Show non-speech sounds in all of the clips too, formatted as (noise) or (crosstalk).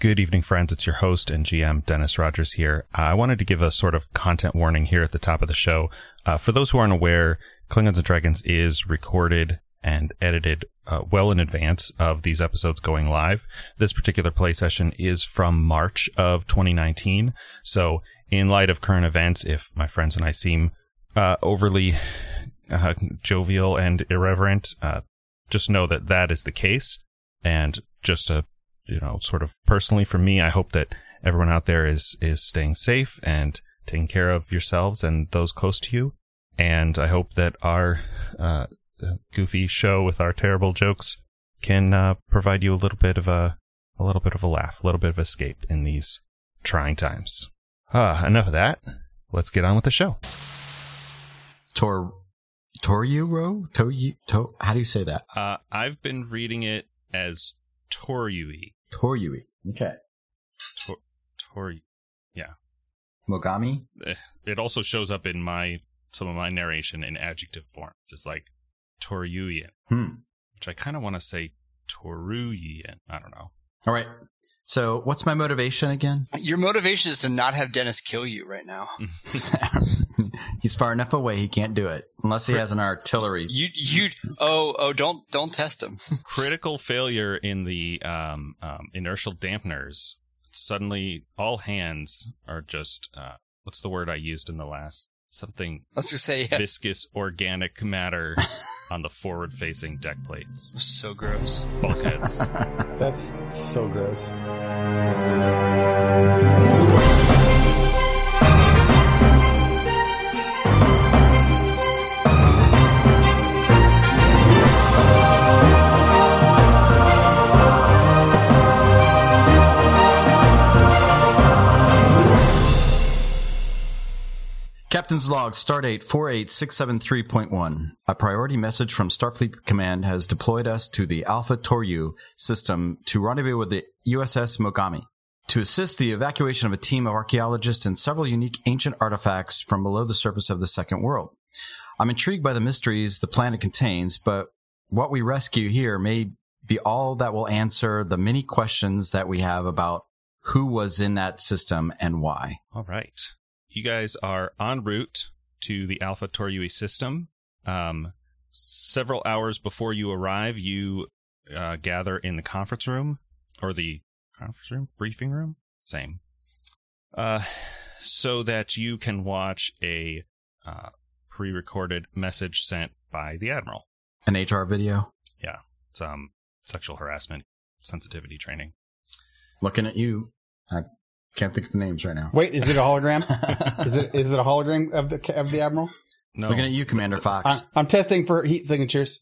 Good evening, friends. It's your host and GM, Dennis Rogers here. Uh, I wanted to give a sort of content warning here at the top of the show. Uh, for those who aren't aware, Klingons and Dragons is recorded and edited uh, well in advance of these episodes going live. This particular play session is from March of 2019. So, in light of current events, if my friends and I seem uh, overly uh, jovial and irreverent, uh, just know that that is the case. And just to, you know, sort of personally for me, I hope that everyone out there is is staying safe and taking care of yourselves and those close to you. And I hope that our uh, goofy show with our terrible jokes can uh, provide you a little bit of a a little bit of a laugh, a little bit of escape in these trying times. Ah, enough of that. Let's get on with the show. Tor Toruo? Toyu to how do you say that? Uh, I've been reading it as Toryui. Torui. Okay. Tory. Mogami? It also shows up in my some of my narration in adjective form. It's like Toryuian, Hmm. which I kind of want to say Toruian. I don't know. All right. So what's my motivation again? (laughs) Your motivation is to not have Dennis kill you right now. He's far enough away he can't do it. Unless he has an artillery. You you oh oh don't don't test him. (laughs) Critical failure in the um, um, inertial dampeners. Suddenly, all hands are just uh, what's the word I used in the last something Let's just say yeah, viscous organic matter on the forward-facing deck plates, so gross. bulkheads. That's so gross. Captain's log, stardate 48673.1. A priority message from Starfleet Command has deployed us to the Alpha Toru system to rendezvous with the USS Mogami to assist the evacuation of a team of archaeologists and several unique ancient artifacts from below the surface of the second world. I'm intrigued by the mysteries the planet contains, but what we rescue here may be all that will answer the many questions that we have about who was in that system and why. All right. You guys are en route to the Alpha Torui system. Um, several hours before you arrive, you uh, gather in the conference room or the conference room, briefing room, same, uh, so that you can watch a uh, pre recorded message sent by the Admiral. An HR video? It's um, sexual harassment sensitivity training. looking at you. I can't think of the names right now. Wait, is it a (laughs) hologram? (laughs) is it is it a hologram of the of the admiral? No, Looking at you, Commander I, Fox. I'm testing for heat signatures.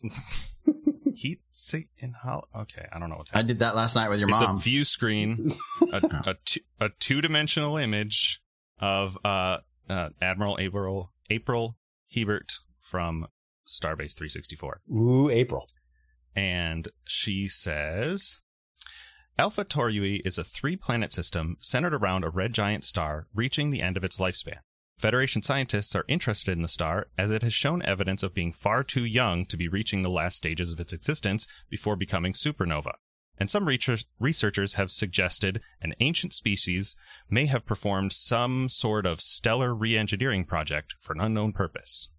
heat sig- in hol- Okay, I don't know what's I happening. did that last night with your it's mom. a view screen, (laughs) a, a, two, a two-dimensional image of uh, uh, Admiral April April Hebert from Starbase 364, Ooh, April. and she says. Alpha Tauri is a three planet system centered around a red giant star reaching the end of its lifespan. Federation scientists are interested in the star as it has shown evidence of being far too young to be reaching the last stages of its existence before becoming supernova. And some reacher- researchers have suggested an ancient species may have performed some sort of stellar reengineering project for an unknown purpose.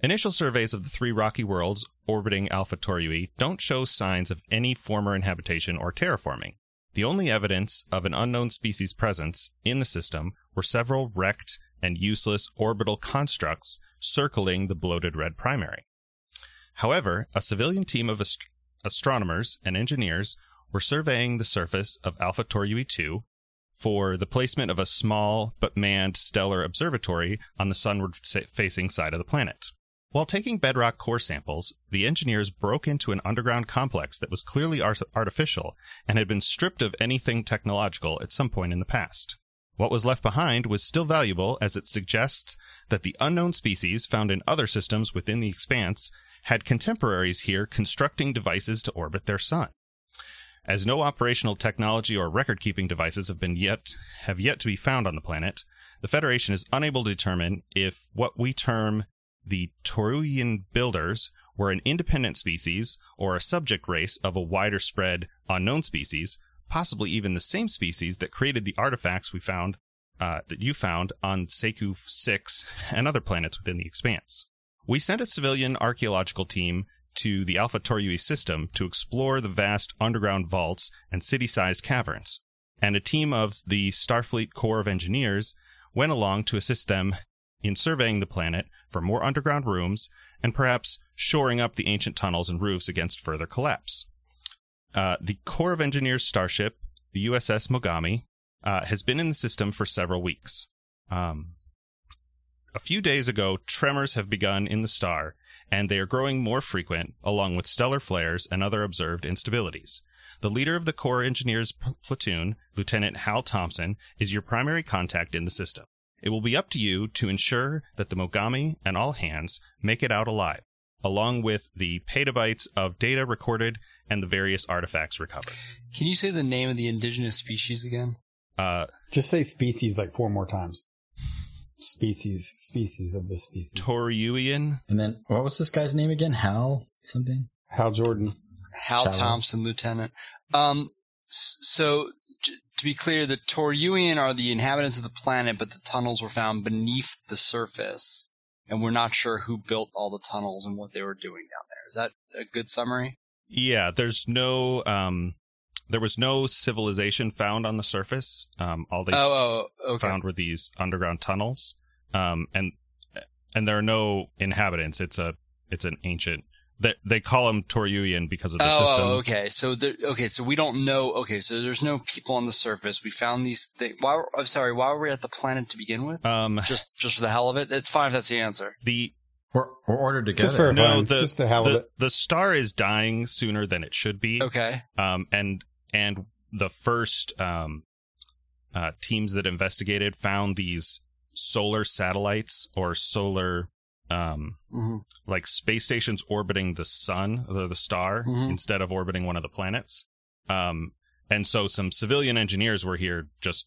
Initial surveys of the three rocky worlds orbiting Alpha Tauri don't show signs of any former inhabitation or terraforming. The only evidence of an unknown species' presence in the system were several wrecked and useless orbital constructs circling the bloated red primary. However, a civilian team of ast- astronomers and engineers were surveying the surface of Alpha Tauri 2 for the placement of a small but manned stellar observatory on the sunward fa- facing side of the planet. While taking bedrock core samples, the engineers broke into an underground complex that was clearly art- artificial and had been stripped of anything technological at some point in the past. What was left behind was still valuable as it suggests that the unknown species found in other systems within the expanse had contemporaries here constructing devices to orbit their sun. As no operational technology or record-keeping devices have been yet have yet to be found on the planet, the Federation is unable to determine if what we term the Toruian builders were an independent species or a subject race of a wider spread unknown species possibly even the same species that created the artifacts we found uh, that you found on Seku 6 and other planets within the expanse. We sent a civilian archaeological team to the Alpha Torui system to explore the vast underground vaults and city sized caverns, and a team of the Starfleet Corps of Engineers went along to assist them in surveying the planet for more underground rooms and perhaps shoring up the ancient tunnels and roofs against further collapse. Uh, the Corps of Engineers starship, the USS Mogami, uh, has been in the system for several weeks. Um, a few days ago, tremors have begun in the star, and they are growing more frequent, along with stellar flares and other observed instabilities. The leader of the Corps Engineers p- platoon, Lieutenant Hal Thompson, is your primary contact in the system. It will be up to you to ensure that the Mogami and all hands make it out alive, along with the petabytes of data recorded and the various artifacts recovered. Can you say the name of the indigenous species again? Uh, Just say species like four more times. Species, species of the species. Toruian, And then what was this guy's name again? Hal something? Hal Jordan. Hal Shallow. Thompson, Lieutenant. Um, s- so j- to be clear, the Toruian are the inhabitants of the planet, but the tunnels were found beneath the surface, and we're not sure who built all the tunnels and what they were doing down there. Is that a good summary? Yeah, there's no um there was no civilization found on the surface. Um all they oh, oh, okay. found were these underground tunnels. Um and and there are no inhabitants. It's a it's an ancient they, they call them Toruian because of the oh, system. oh, okay. So there, okay, so we don't know. Okay, so there's no people on the surface. We found these things. Why? I'm sorry. Why were we at the planet to begin with? Um Just, just for the hell of it. It's fine if that's the answer. the We're, we're ordered Just together. for No, fun. the- just the hell of the, it. the star is dying sooner than it should be. Okay. um, and and the first um, uh, teams that investigated found these solar satellites or solar um, Mm-hmm. like space stations orbiting the sun or the star Mhm. instead of orbiting one of the planets. Um, and so some civilian engineers were here just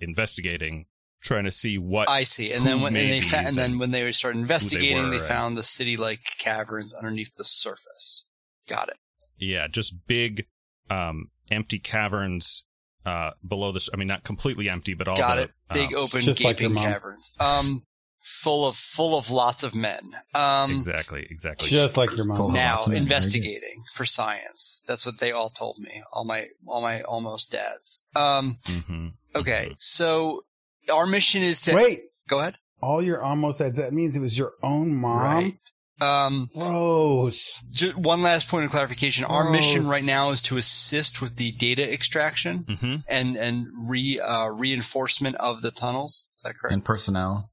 investigating, trying to see what. I see. And who then when and made they fa- these and then and when they started investigating, were they, and- found the city-like caverns underneath the surface. Got it. yeah, just big um, empty caverns uh, below the. s- I mean, not completely empty, but all Got the, it. Big um, open just like gaping your mom. caverns. Um, full of full of lots of men. Um, Exactly, exactly. Just like your Full mom. of- now lots men. Very good. investigating for science. That's what they all told me. All my all my almost dads. Um, hmm Mm-hmm. okay. So our mission is to Wait, go ahead. all your almost said that means it was your own mom. Right. Um, Gross. ju- one last point of clarification. Our Oh, Gross. mission right now is to assist with the data extraction. Mm-hmm. hmm and and re uh, reinforcement of the tunnels. Is that correct? And personnel.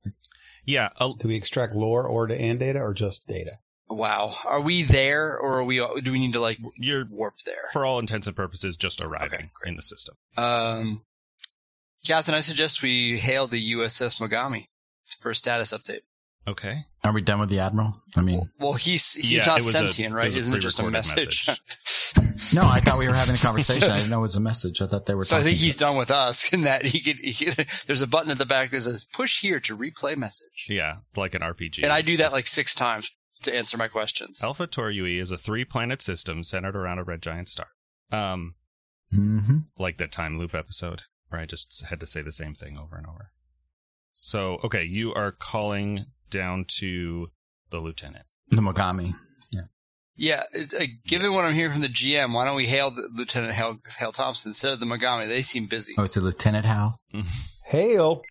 Yeah, a, Do we extract lore or da- and data or just data? wow, are we there, or are we? Do we need to like you're warp there? for all intents and purposes just arriving Okay, in the system. Um, Captain, I suggest we hail the USS Mogami for a status update. Okay. Are we done with the admiral? I mean, Well, he's he's Yeah, not it was a- sentient, it right? was a Isn't it just a pre-recorded message? (laughs) no, I thought we were having a conversation. I didn't know it was a message. I thought they were. so I talking think he's to- done with us. In that he could, he could- (laughs) there's a button at the back that says push here to replay message, Yeah, Oh. like an RPG. and I do that like six times to answer my questions. Alpha Tauri is a three planet system centered around a red giant star. Um, Mhm. like that time loop episode where I just had to say the same thing over and over. So, okay, you are calling down to the lieutenant. the Mogami. Yeah, it's, uh, given what I'm hearing from the GM, why don't we hail the, Lieutenant Hale, Hale Thompson instead of the Mogami? They seem busy. Oh, it's a Lieutenant Hal. Hail.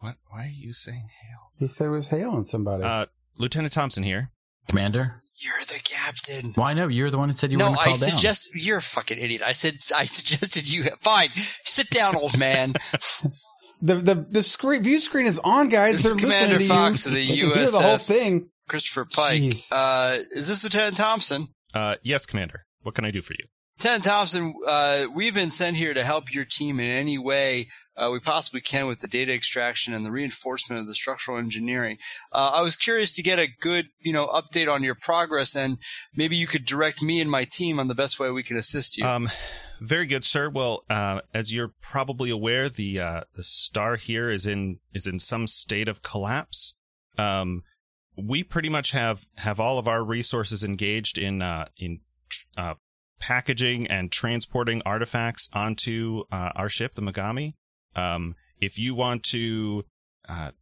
What? Why are you saying hail? He said he was hailing somebody. Uh, Lieutenant Thompson here. Commander? You're the captain. Well, I know. You're the one that said you were no, going to I call down. suggest you're a fucking idiot. I said I suggested you. (laughs) Fine, sit down, (laughs) old man. the the the screen view screen is on, guys. This They're is Commander listening to (laughs) Fox you. of the they can hear the whole USS. thing. Christopher Pike. Jeez. Uh, is this Lieutenant Thompson? Uh, yes, Commander. What can I do for you? Lieutenant Thompson, uh, we've been sent here to help your team in any way uh, we possibly can with the data extraction and the reinforcement of the structural engineering. Uh, I was curious to get a good, you know, update on your progress, and maybe you could direct me and my team on the best way we can assist you. Um, very good, sir. Well, uh, as you're probably aware, the uh, the star here is in is in some state of collapse. Um, we pretty much have have all of our resources engaged in uh, in tr- uh, packaging and transporting artifacts onto uh, our ship, the Megami. Um, if you want to uh,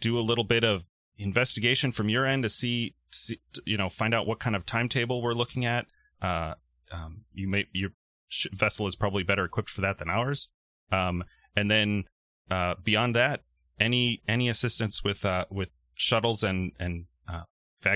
do a little bit of investigation from your end to see, see you know, find out what kind of timetable we're looking at, uh, um, you may your sh- vessel is probably better equipped for that than ours. Um, and then uh, beyond that, any any assistance with uh, with shuttles and and uh,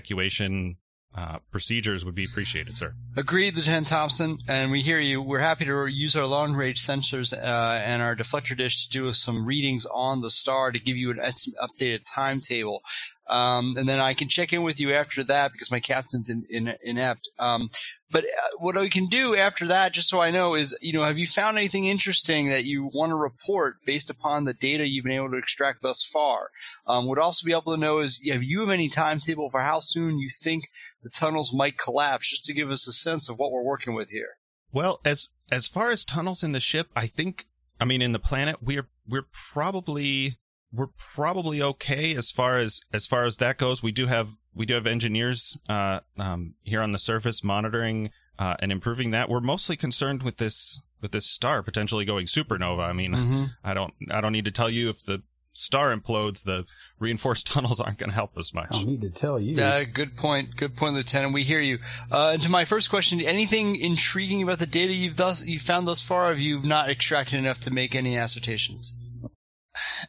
evacuation uh, procedures would be appreciated, sir. Agreed, Lieutenant Thompson, and we hear you. We're happy to use our long range sensors uh, and our deflector dish to do some readings on the star to give you an ex- updated timetable. Um, and then I can check in with you after that because my captain's in, in, inept. Um, but uh, what I can do after that, just so I know, is you know, have you found anything interesting that you want to report based upon the data you've been able to extract thus far? Um, would also be able to know is have you have any timetable for how soon you think the tunnels might collapse, just to give us a sense of what we're working with here. Well, as as far as tunnels in the ship, I think I mean in the planet we're we're probably we're probably okay as far as as far as that goes. We do have we do have engineers uh, um, here on the surface monitoring uh, and improving that. We're mostly concerned with this with this star potentially going supernova. I mean, Mm. I don't I don't need to tell you if the star implodes, the reinforced (laughs) tunnels aren't going to help us much. I don't need to tell you. (laughs) Yeah, Uh, good point. Good point, Lieutenant. We hear you. Uh, and to my first question, anything intriguing about the data you've thus you found thus far? Have you not extracted enough to make any assertions?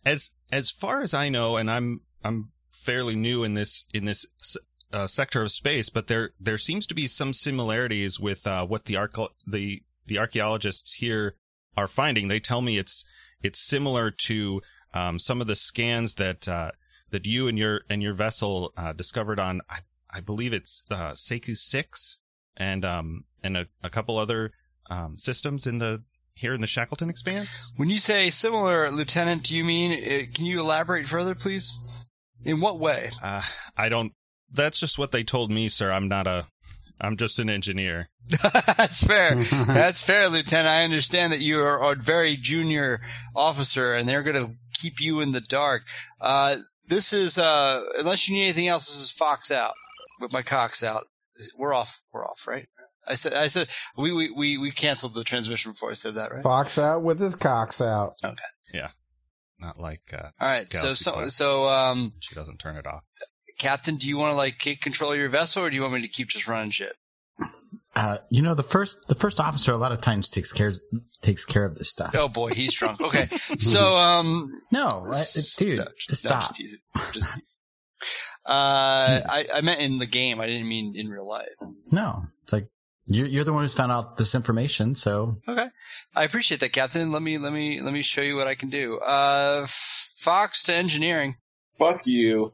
as as far as I know, and I'm I'm fairly new in this in this uh, sector of space, but there there seems to be some similarities with uh, what the arco- the the archaeologists here are finding. They tell me it's it's similar to um, some of the scans that uh, that you and your and your vessel uh, discovered on I, I believe it's uh, Seku six and um and a, a couple other um, systems in the here in the Shackleton expanse. When you say similar, Lieutenant, do you mean? Uh, can you elaborate further, please? In what way? (laughs) Uh, I don't. That's just what they told me, sir. I'm not a. I'm just an engineer. That's fair. (laughs) That's fair, Lieutenant. I understand that you are a very junior officer, and they're going to keep you in the dark. Uh, this is uh, unless you need anything else. This is Fox out with my cocks out. We're off. We're off, right? I said. I said we we we, we canceled the transmission before I said that, right? Fox out with his cocks (laughs) out. Not like uh, All right. So Galaxy so Quest. so um, she doesn't turn it off. Captain, do you want to like take control of your vessel, or do you want me to keep just running shit? Uh, you know, the first the first officer a lot of times takes cares takes care of this stuff. Oh boy, he's drunk. Okay, so um, No, right? It's- dude, no, just no, I'm stop. Just teasing. I'm Just (laughs) teasing. Uh, Jeez. I, I meant in the game. I didn't mean in real life. No, it's like you're you're the one who's found out this information. So Okay, I appreciate that, Captain. Let me let me let me show you what I can do. Uh, Fox to engineering. Fuck you.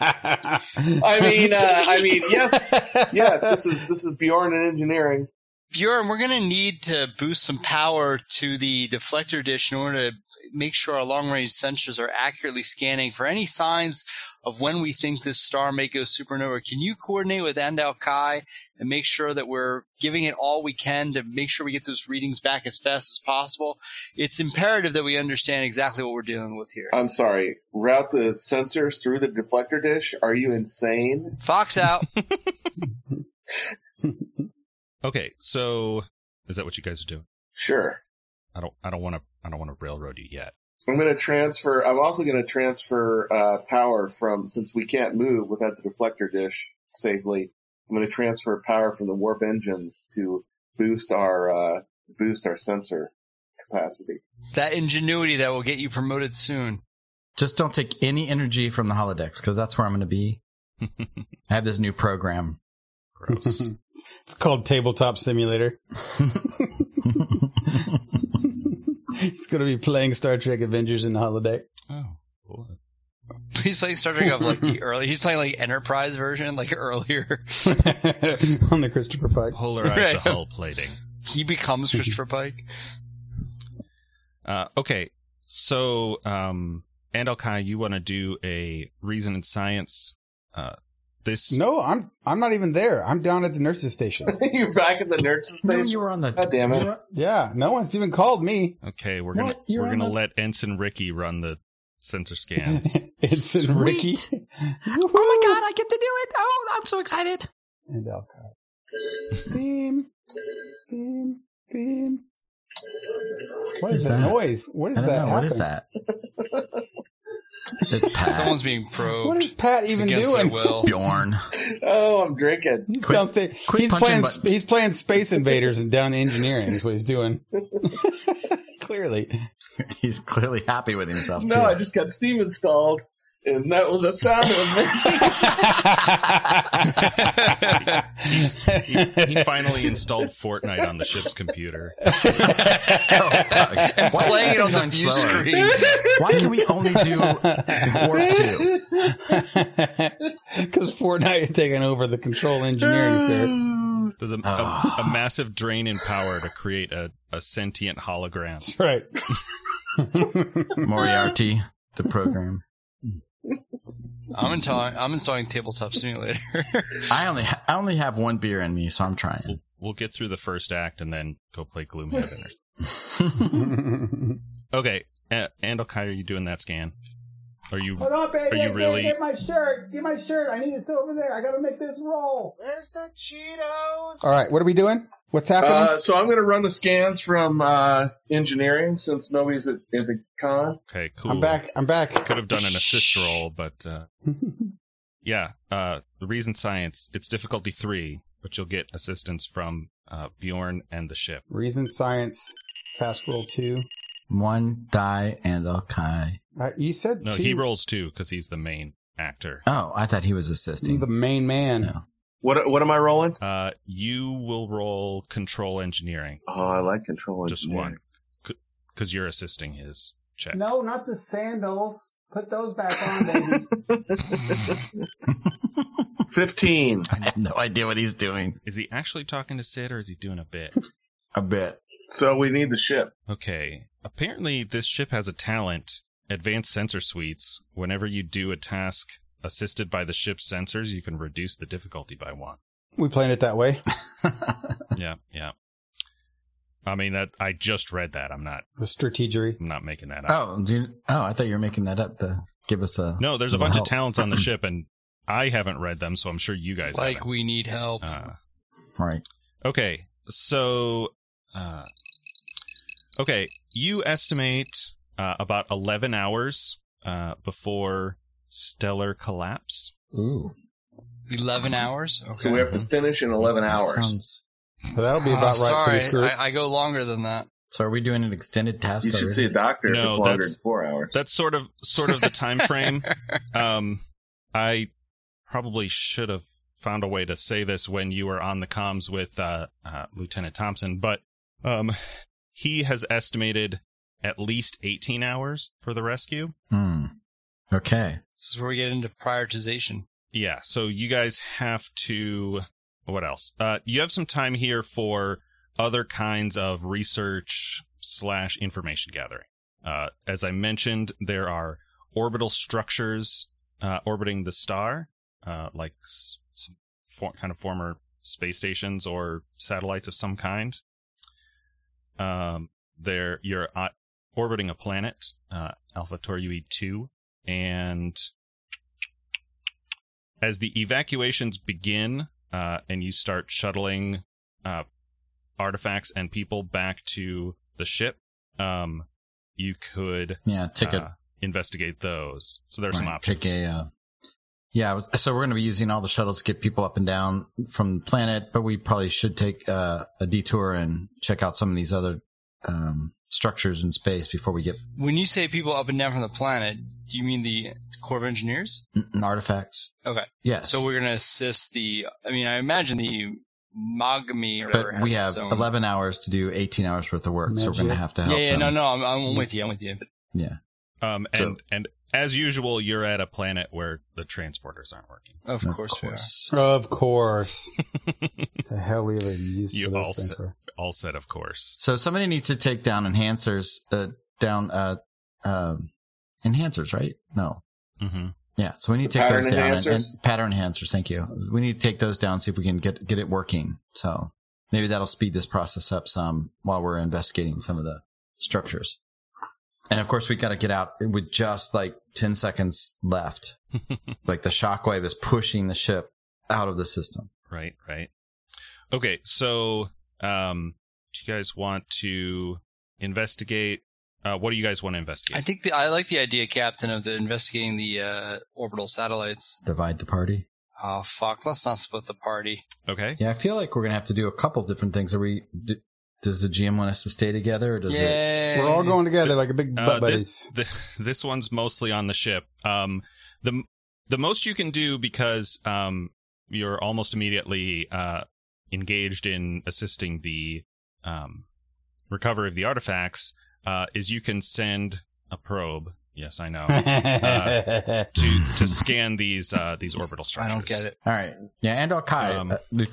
I mean, uh, I mean, yes, yes. (laughs) This is this is Bjorn in engineering. Bjorn, we're going to need to boost some power to the deflector dish in order to make sure our long range sensors are accurately scanning for any signs of when we think this star may go supernova. Can you coordinate with Andal Kai and make sure that we're giving it all we can to make sure we get those readings back as fast as possible? It's imperative that we understand exactly what we're dealing with here. I'm sorry. Route the sensors through the deflector dish. Are you insane? Fox out. Okay, so is that what you guys are doing? Sure. I don't. I don't want to. I don't want to railroad you yet. I'm going to transfer. I'm also going to transfer uh, power from since we can't move without the deflector dish safely. I'm going to transfer power from the warp engines to boost our uh, boost our sensor capacity. (laughs) it's that ingenuity that will get you promoted soon. just don't take any energy from the holodecks because that's where I'm going to (laughs) be. I have this new program. (laughs) Gross. it's called Tabletop (laughs) Simulator. He's going to be playing Star Trek Avengers in (laughs) the holiday. oh, boy. He's playing Star Trek of like the early. He's playing like Enterprise version, like (laughs) earlier. on the Christopher Pike. polarize Right. (laughs) the hull plating. He becomes (laughs) Christopher Pike. Uh, okay, so um, Andal Kai, you want to do a reason and science? Uh, this No, I'm I'm not even there. I'm down at the nurses station. You're back at the nerd no, station. you were on the. God damn it. you were- Yeah, no one's even called me. Okay, we're What? gonna You're we're on gonna the- let Ensign Ricky run the sensor (laughs) scans. It's in Ricky. Sweet. oh my god, I get to do it! Oh, I'm so excited. And Alcott. Beam, beam, beam. What Is is, that, that- noise? What is I don't that? know. What is happening? that? it's Pat. Someone's being probed What is Pat even against doing? their (laughs) will. (laughs) Bjorn. Oh, I'm drinking. He's Quick- downstairs. quick he's punching playing. buttons. He's playing Space Invaders and down engineering is what he's doing. Clearly, He's clearly happy with himself. (laughs) No, I just got Steam installed, and that was a sound it was making. He finally installed Fortnite on the ship's computer. Oh, and Playing it on the view screen. Why can we only do Warp (laughs) (laughs) 2? because Fortnite is taking over the control engineering, Uh. sir. (laughs) There's a, a- Ah. a massive drain in power to create a, a sentient hologram. That's right. Moriarty, the program. I'm installing. I'm installing Tabletop Simulator. (laughs) I only ha- I only have one beer in me, so I'm trying. We'll get through the first act and then go play Gloomhaven. or- okay, uh, Andelkai, are you doing that scan? Are you? Hold on, baby. Are you Get- really- Get my shirt. Get my shirt. I need it over there. I gotta make this roll. Where's the (laughs) Cheetos? All right, what are we doing? What's happening? Uh, so I'm going to run the scans from uh, engineering since nobody's at, at the con. Okay, cool. I'm back. I'm back. Could have done an assist roll, but uh, yeah. Uh, the reason science it's difficulty three, but you'll get assistance from uh, Bjorn and the ship. (laughs) Reason science task roll two. One die and I'll kai. Uh, you said No, two. he rolls two because he's the main actor. Oh, I thought he was assisting. the main man. No. (laughs) What what am I rolling? Uh, you will roll control engineering, Oh, I like control just engineering. one, because you're assisting his check. No, not the sandals. Put those back on, baby. Fifteen. I have no idea what he's doing. Is he actually talking to Sid or is he doing a bit? A bit. So we need the ship. Okay. Apparently, this ship has a talent, advanced sensor suites. Whenever you do a task assisted by the ship's sensors, you can reduce the difficulty by one. (laughs) We playing it that way. yeah, yeah. I mean that I just read that. I'm not With strategery. I'm not making that up. Oh, do you, oh, I thought you were making that up to give us a. No, there's a Oh. Well, bunch help. of talents on the ship and I haven't read them, so I'm sure you guys like haven't. we need help. Uh, Right. Okay, so, uh, okay, you estimate uh, about eleven hours uh, before stellar collapse. Ooh. Eleven hours. Okay. So we have to finish in eleven That hours. sounds- But that'll be Ah, Oh, about right for sorry. this group. I, I go longer than that. so are we doing an extended task? you should already? see a doctor No, if it's longer that's- than four hours. That's sort of sort of the time (laughs) frame. Um, I probably should have found a way to say this when you were on the comms with uh, uh, Lieutenant Thompson, but um, he has estimated at least eighteen hours for the rescue. Hmm. Okay. This is where we get into prioritization. yeah so you guys have to what else uh you have some time here for other kinds of research slash information gathering uh as i mentioned there are orbital structures uh orbiting the star uh like s- some for- kind of former space stations or satellites of some kind um there you're uh, orbiting a planet uh alpha Tauri 2 and as the evacuations begin uh, and you start shuttling uh, artifacts and people back to the ship, um, you could Yeah. Take uh, a investigate those. So there's some right, options. Take a. Uh, yeah. So we're going to be using all the shuttles to get people up and down from the planet, but we probably should take uh, a detour and check out some of these other um, structures in space before we get When you say people up and down from the planet, do you mean the Corps of Engineers? n- n- mm, artifacts. Okay. Yes. So we're going to assist the. I mean, I imagine the Mogami or but whatever. has we have its own- 11 hours to do 18 hours worth of work, so we're Magic. going to have to Yeah, help yeah, them. no, no, I'm, I'm with you. I'm with you. Um, and, So- and as usual, you're at a planet where the transporters aren't working. Of, Of course, we are. course. (laughs) Of course. the hell we ever used You for those all things. said- were. All said, of course. So somebody needs to take down enhancers, uh, down uh, um, enhancers, right? No. Mm-hmm. Yeah, so we need to The take those pattern down. and- And, enhancers? pattern enhancers, thank you. We need to take those down, see if we can get get it working. So maybe that'll speed this process up some while we're investigating some of the structures. And of course, we got to get out with just like ten seconds left. like the shockwave is pushing the ship out of the system. Right, right. Okay, so um, do you guys want to investigate? Uh, what do you guys want to I investigate? think the, I like the idea, Captain, of the investigating the uh, orbital satellites. Divide the party. Oh fuck! Let's not split the party. okay, Yeah, I feel like we're gonna have to do a couple different things. Are we? Do, does the GM want us to stay together, or does it? Yay! We're all going together like a big butt Uh, (laughs) buddies. the, this one's mostly on the ship. Um, the the most you can do because um, you're almost immediately uh, engaged in assisting the um, recovery of the artifacts uh, is you can send a probe. Yes, I know (laughs) Oh, uh, to to scan these uh, these orbital I structures. don't get it. All right. Yeah, and Kai, Um, uh, Lieu-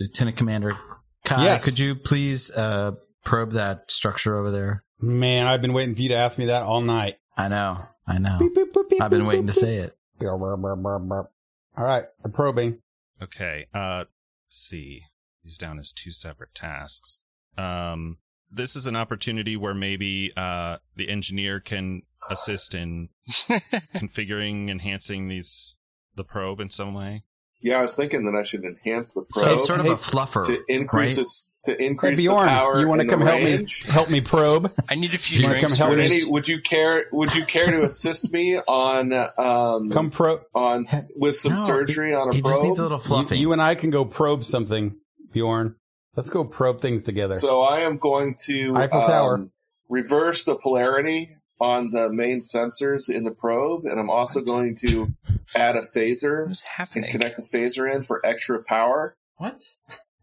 Lieutenant Commander Kai, Yes. could you please uh, probe that structure over there? Man, I've been waiting for you to ask me that all night. I know. I know. Beep, beep, boop, beep, I've been boop, waiting to boop, say (laughs) it. boop. Brr, brr, brr, brr. All right, I'm probing. Okay. Uh, let's see. These down as two separate tasks. Um, this is an opportunity where maybe uh, the engineer can assist in configuring, enhancing these the probe in some way. Yeah, I was thinking that I should enhance the So probe it's sort of Hey, a fluffer, to increase right? its to Hey, increase the Bjorn, power. you want to and come the help me? range. Help me probe. (laughs) I (laughs) need a few You wanna drinks come help Would, me? first. any, would you care? Would you care to assist me on um (laughs) Come pro. on s- with some No, he- surgery on a He probe? just needs a little You, fluffing. you and I can go probe something, Bjorn. Let's go probe things together. So I am going to Eiffel Tower. um, reverse the polarity on the main sensors in the probe, and I'm also going to add a What phaser is and happening? connect the phaser in for extra power what?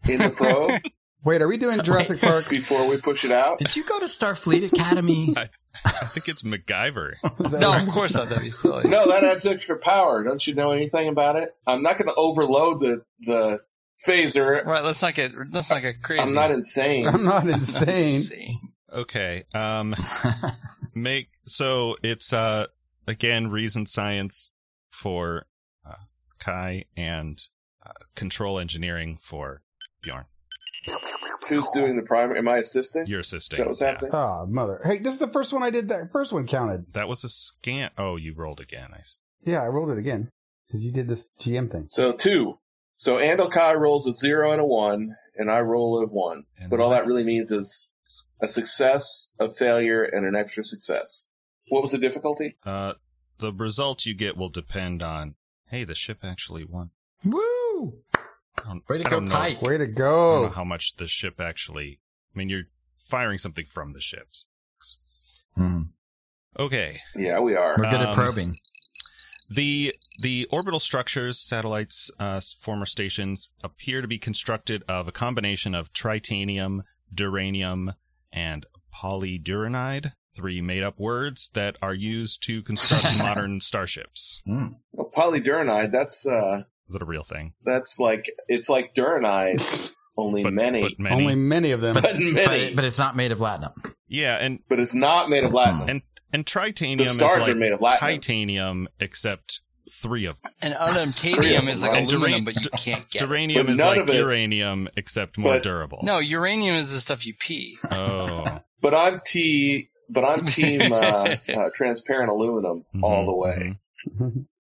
in the probe Wait, are we doing Jurassic (laughs) Park? before we push it out. Did you go to Starfleet (laughs) Academy? I think it's MacGyver. Is that no, right? of course not. That'd be silly. No, that adds extra power. Don't you know anything about it? I'm not going to overload the the phaser. Right? Let's not get let's not get crazy. I'm not insane. I'm not Let's insane. see. Okay. Um, make so it's uh again reason science for uh, Kai and uh, control engineering for Bjorn. Who's doing the primary? Am I assisting? You're Is assisting. that what's Yeah. happening? Oh, mother. Hey, this is the first one I did. That first one counted. That was a scan. Oh, you rolled again. I see. Yeah, I rolled it again because you did this GM thing. So two. So Andel Kai rolls a zero and a one, and I roll a one. And but all that that's- really means is a success, a failure, and an extra success. What was the difficulty? Uh, the result you get will depend on. Hey, the ship actually won. (laughs) Woo! I don't, Way to I go, Oh. don't know- Pike. Way to I don't know go. how much the ship actually. I mean, you're firing something from the ships. Mhm. Okay. Yeah, we are. We're good at Um, probing. The the orbital structures, satellites, uh, s- former stations appear to be constructed of a combination of tritanium, duranium, and polyduranide. Three made-up words that are used to (laughs) construct modern starships. Well, polyduranide. That's uh, Is that a real thing? that's like it's like duranide, only But, many, but many. Only many of them. (laughs) but, many. But, it- but it's not made of latinum. yeah, and But it's not made of Hmm. latinum. And and tritanium The is stars like are made of latinum. titanium, except three of them. And unobtainium is like And duran- aluminum, but you can't get. it. Duranium But is none like of it- uranium, except more but- durable. No, uranium is the stuff you pee. (laughs) (laughs) Oh. But I'm T. But I'm (laughs) team uh, uh, transparent aluminum Mm-hmm. all the way.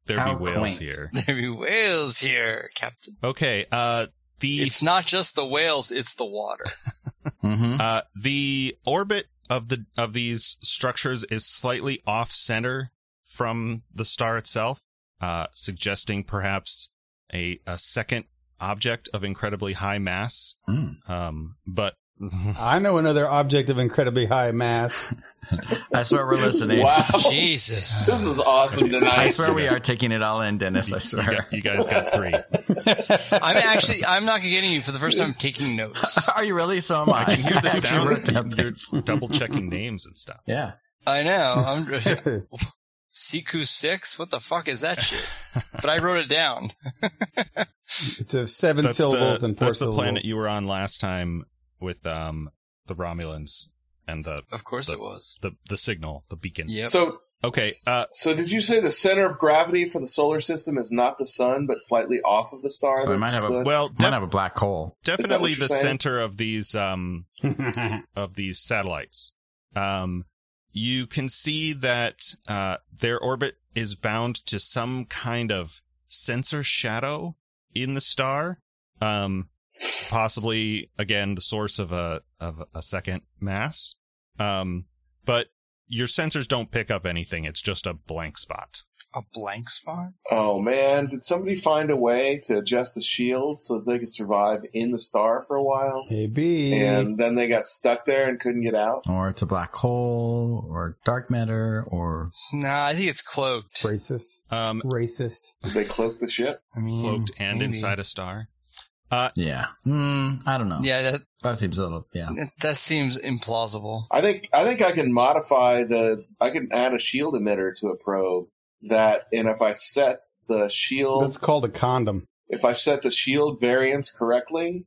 There'd How Mm-hmm. be whales quaint. here. There be whales here, Captain. Okay. Uh, the It's not just the whales; it's the water. Mm-hmm. Uh, the orbit of the of these structures is slightly off center from the star itself, uh, suggesting perhaps a a second object of incredibly high mass. Mm. Um, but I know another object of incredibly (laughs) high mass. Mm-hmm. I swear (laughs) we're listening. Wow, Oh. Jesus. this is awesome tonight. I swear (laughs) we are taking it all in, Dennis. (laughs) I you, swear. got- you guys got three. I'm actually I'm not getting you for the first time taking notes. (laughs) Are you really? (laughs) So am I. (laughs) I can hear the actually wrote down sound. You're (laughs) things. double checking names and stuff. (laughs) Yeah. I know. I'm (laughs) All Siku six? What the fuck is that shit? But I wrote it down. to seven syllables the, and four that's the syllables. planet you were on last time with um the Romulans and the Of course it was. the, the signal, the beacon. Yep. So Okay. Uh, So did you say the center of gravity for the solar system is not the sun, but slightly off of the star? So I might have that's a- the- well, Might def- have a black hole. definitely you're the saying? center of these um (laughs) of these satellites. Um, you can see that uh, their orbit is bound to some kind of sensor shadow in the star. Um, possibly again the source of a of a second mass. Um, but your sensors don't pick up anything; it's just a blank spot. A blank spot? Oh man, did somebody find a way to adjust the shield so that they could survive in the star for a while? Maybe. And then they got stuck there and couldn't get out? Or it's a black hole, or dark matter, or Nah, I think it's cloaked. Racist. Um, Racist. Did they cloak the ship? I mean, cloaked and maybe. inside a star. yeah. Mm, I don't know. Yeah, that that seems a little. Yeah, that- that seems implausible. I think I think I can modify the I can add a shield emitter to a probe that and if I set the shield That's called a condom. if I set the shield variance correctly,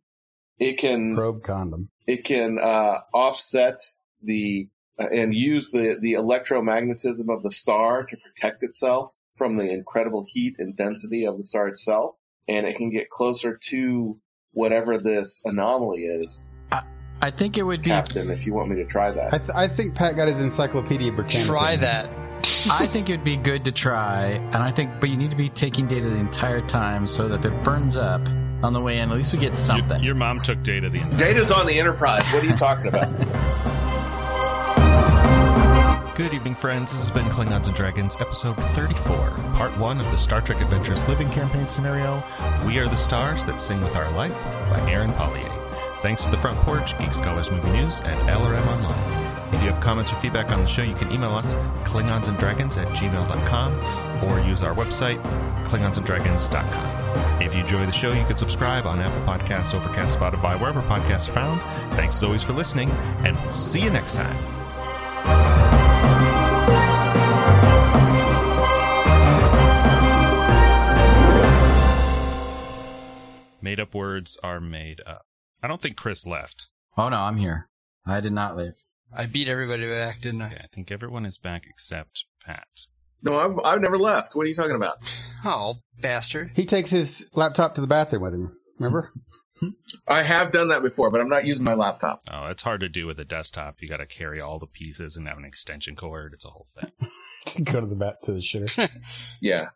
it can Probe condom. it can uh, offset the uh, and use the the electromagnetism of the star to protect itself from the incredible heat and density of the star itself, and it can get closer to whatever this anomaly is, I think it would be. Captain. If you want me to try I, that, th- I think Pat got his Encyclopedia Britannica. Try that. I think it'd be good to try, and I think, but you need to be taking data the entire time so that if it burns up on the way in, at least we get something. Your, your mom took data the entire. data's on the Enterprise. What are you talking about? Good evening, friends. This has been Klingons and Dragons, episode 34, part one of the Star Trek Adventures Living Campaign scenario We Are the Stars That Sing With Our Life by Aaron Pollier. Thanks to the Front Porch, Geek Scholars Movie News, and LRM Online. If you have comments or feedback on the show, you can email us klingonsanddragons at gmail.com or use our website, klingonsanddragons.com. If you enjoy the show, you can subscribe on Apple Podcasts, Overcast, Spotify, wherever podcasts are found. Thanks as always for listening, and we'll see you next time. Made up words are made up. I don't think Chris left. Oh no, I'm here. I did not leave. I beat everybody back, didn't I? Okay, I think everyone is back except Pat. (laughs) No, I've, I've never left. What are you talking about? Oh, bastard. He takes his laptop to the bathroom with him. Remember? (laughs) I have done that before, but I'm not using my laptop. Oh, it's hard to do with a desktop. You got to carry all the pieces and have an extension cord. It's a whole thing. to go to the bat to the shitter. Yeah.